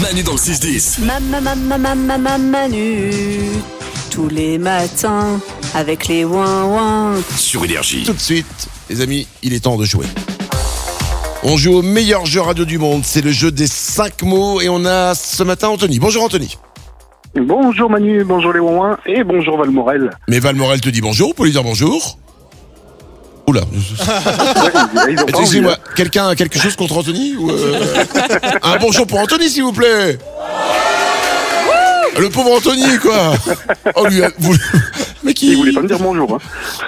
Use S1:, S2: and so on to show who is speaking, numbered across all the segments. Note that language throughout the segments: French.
S1: Manu dans le 6-10.
S2: Maman, maman, maman, maman, Manu. Tous les matins, avec les ouin-ouin.
S1: Sur Énergie.
S3: Tout de suite, les amis, il est temps de jouer. On joue au meilleur jeu radio du monde, c'est le jeu des 5 mots et on a ce matin Anthony. Bonjour Anthony.
S4: Bonjour Manu, bonjour les Wouin et bonjour Valmorel.
S3: Mais Valmorel te dit bonjour, vous pouvez lui dire bonjour. Oula,
S4: Ah, Ouais, ils- ils ont pas envie,
S3: excusez-moi, quelqu'un a quelque chose contre Anthony ou euh, Un bonjour pour Anthony s'il vous plaît Le pauvre Anthony quoi Oh lui, a- vous- Mais
S4: hein.
S3: qui
S4: Ils voulaient pas me dire bonjour. Hein.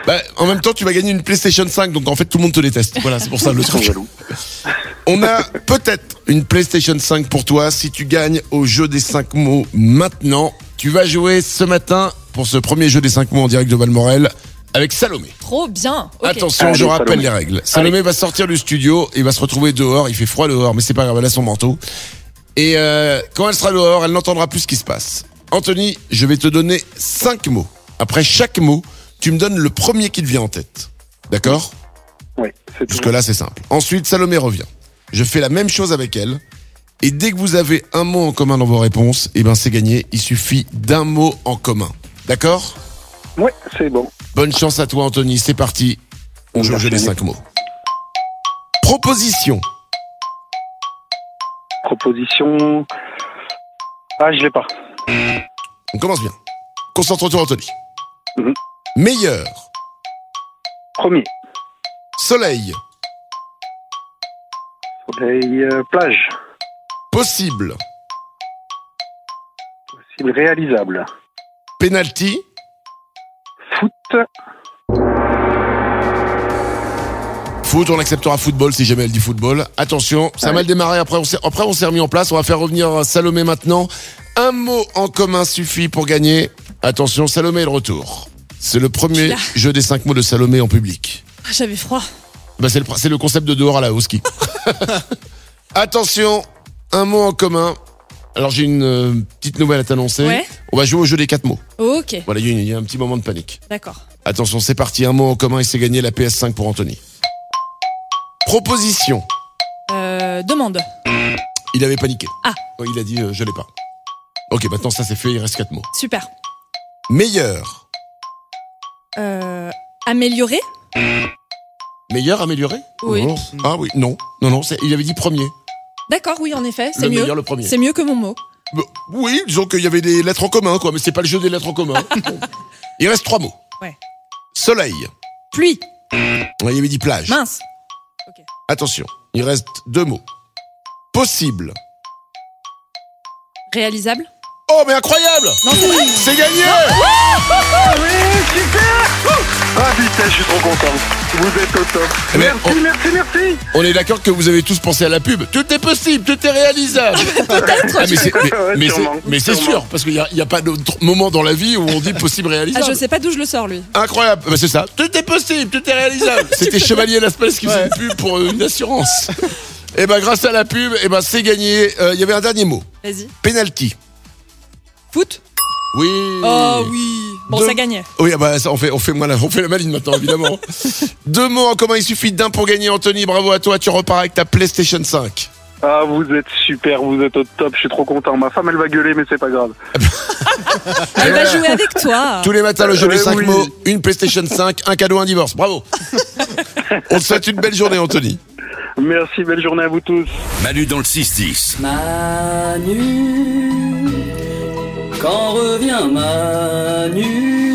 S3: Bah, en même temps, tu vas gagner une PlayStation 5, donc en fait, tout le monde te déteste. Voilà, c'est pour ça le
S4: Ils sont
S3: truc.
S4: jaloux.
S3: On a peut-être une PlayStation 5 pour toi si tu gagnes au jeu des 5 mots maintenant. Tu vas jouer ce matin pour ce premier jeu des 5 mots en direct de Valmorel avec Salomé.
S5: Trop bien. Ok.
S3: Attention,
S4: Allez,
S3: je rappelle
S4: Salomé.
S3: les règles. Salomé va sortir du studio et va se retrouver dehors. Il fait froid dehors, mais c'est pas grave, elle a son manteau. Et euh, quand elle sera dehors, elle n'entendra plus ce qui se passe. Anthony, je vais te donner 5 mots. Après chaque mot, tu me donnes le premier qui te vient en tête. D'accord
S4: Ouais, c'est tout.
S3: Jusque-là, c'est simple. Ensuite, Salomé revient. Je fais la même chose avec elle. Et dès que vous avez un mot en commun dans vos réponses, eh ben c'est gagné. Il suffit d'un mot en commun. D'accord
S4: Ouais, c'est bon.
S3: Bonne chance à toi, Anthony. C'est parti. On joue au jeu des
S4: Merci.
S3: cinq mots. Proposition.
S4: Proposition. Ah, je l'ai pas.
S3: On commence bien. Concentre-toi, Anthony.
S4: Mhm.
S3: Meilleur.
S4: Premier.
S3: Soleil.
S4: Soleil, euh, plage.
S3: Possible.
S4: Possible réalisable.
S3: Penalty.
S4: Foot.
S3: Foot, on acceptera football si jamais elle dit football. Attention, ça a
S5: Ah
S4: Ouais.
S3: mal démarré. Après, on s'est, après, on s'est remis en place. On va faire revenir euh, Salomé maintenant. Un mot en commun suffit pour gagner. Attention, Salomé est de retour. C'est le premier
S5: Là.
S3: jeu des cinq mots de Salomé en public.
S5: Ah, J'avais froid.
S3: Bah, c'est, le, pr- c'est le concept de dehors à la hausse ski. Attention, un mot en commun. Alors, j'ai une euh, petite nouvelle à t'annoncer.
S5: Ouais.
S3: On va jouer au jeu des quatre mots.
S5: Ok,
S3: Voilà, il y a une- il y a un petit moment de panique.
S5: d'accord.
S3: Attention, c'est parti. Un mot en commun et c'est gagné la PS5 pour Anthony. Proposition.
S5: Euh, demande.
S3: Il avait paniqué.
S5: Ah.
S3: Ouais, Il a dit, euh, je l'ai pas. Ok, maintenant ça c'est fait, il reste quatre mots.
S5: Super.
S3: Meilleur.
S5: Euh, améliorer
S3: Meilleur, amélioré
S5: Oui.
S3: Oh. Ah oui, non. Non, non, c'est- il avait dit premier.
S5: D'accord, oui, en effet,
S3: Le
S5: c'est mieux.
S3: meilleur, le premier.
S5: C'est mieux que mon mot.
S3: Bah, oui, disons qu'il y avait des lettres en commun, quoi, mais c'est pas le jeu des lettres en commun. Bon. il reste trois mots.
S5: Ouais.
S3: Soleil.
S5: Pluie,
S3: Ouais, Il avait dit plage.
S5: mince.
S3: Attention, il reste deux mots. Possible.
S5: Réalisable
S3: Oh, mais incroyable
S5: Non, c'est vrai
S3: C'est gagné
S4: Ah putain, je suis trop content. Vous êtes au top.
S3: Mais
S4: merci,
S3: Eh ben, on-
S4: merci, merci.
S3: On est d'accord que vous avez tous pensé à la pub. Tout est possible, tout est réalisable. Ah, mais c'est mais-
S4: Ouais,
S3: mais c'est-
S4: sûrement,
S3: mais c'est
S4: sûrement.
S3: sûr, parce qu'il n'y a, il y a pas d'autre moment dans la vie où on dit possible
S5: Ah,
S3: réalisable.
S5: je sais pas d'où je le sors, lui.
S3: Incroyable, Bah, c'est ça. Tout est possible, tout est réalisable. C'était Chevalier Laspès qui faisait une pub pour euh, une assurance. et ben grâce à la pub, et ben c'est gagné. Euh, Il y avait un dernier mot.
S5: Vas-y.
S3: Penalty.
S5: Foot
S3: Oui.
S5: Oh oui. Bon,
S3: Deux-
S5: ça gagnait.
S3: Oui, ah bah ça, on fait, on fait moins la, on fait la maline maintenant, évidemment. Deux mots en commun, il suffit d'un pour gagner. Anthony, bravo à toi, tu repars avec ta PlayStation 5.
S4: Ah, vous êtes super, vous êtes au top. Je suis trop content. Ma femme, elle va gueuler, mais c'est pas grave.
S5: Elle
S3: voilà.
S5: va jouer avec toi.
S3: Tous les matins, le jeu des
S4: Euh,
S3: 5
S4: oui.
S3: mots, une PlayStation 5, un cadeau, un divorce. Bravo. on te souhaite une belle journée, Anthony.
S4: Merci, belle journée à vous tous.
S1: Manu dans le 6-10.
S6: Manu, quand revient Manu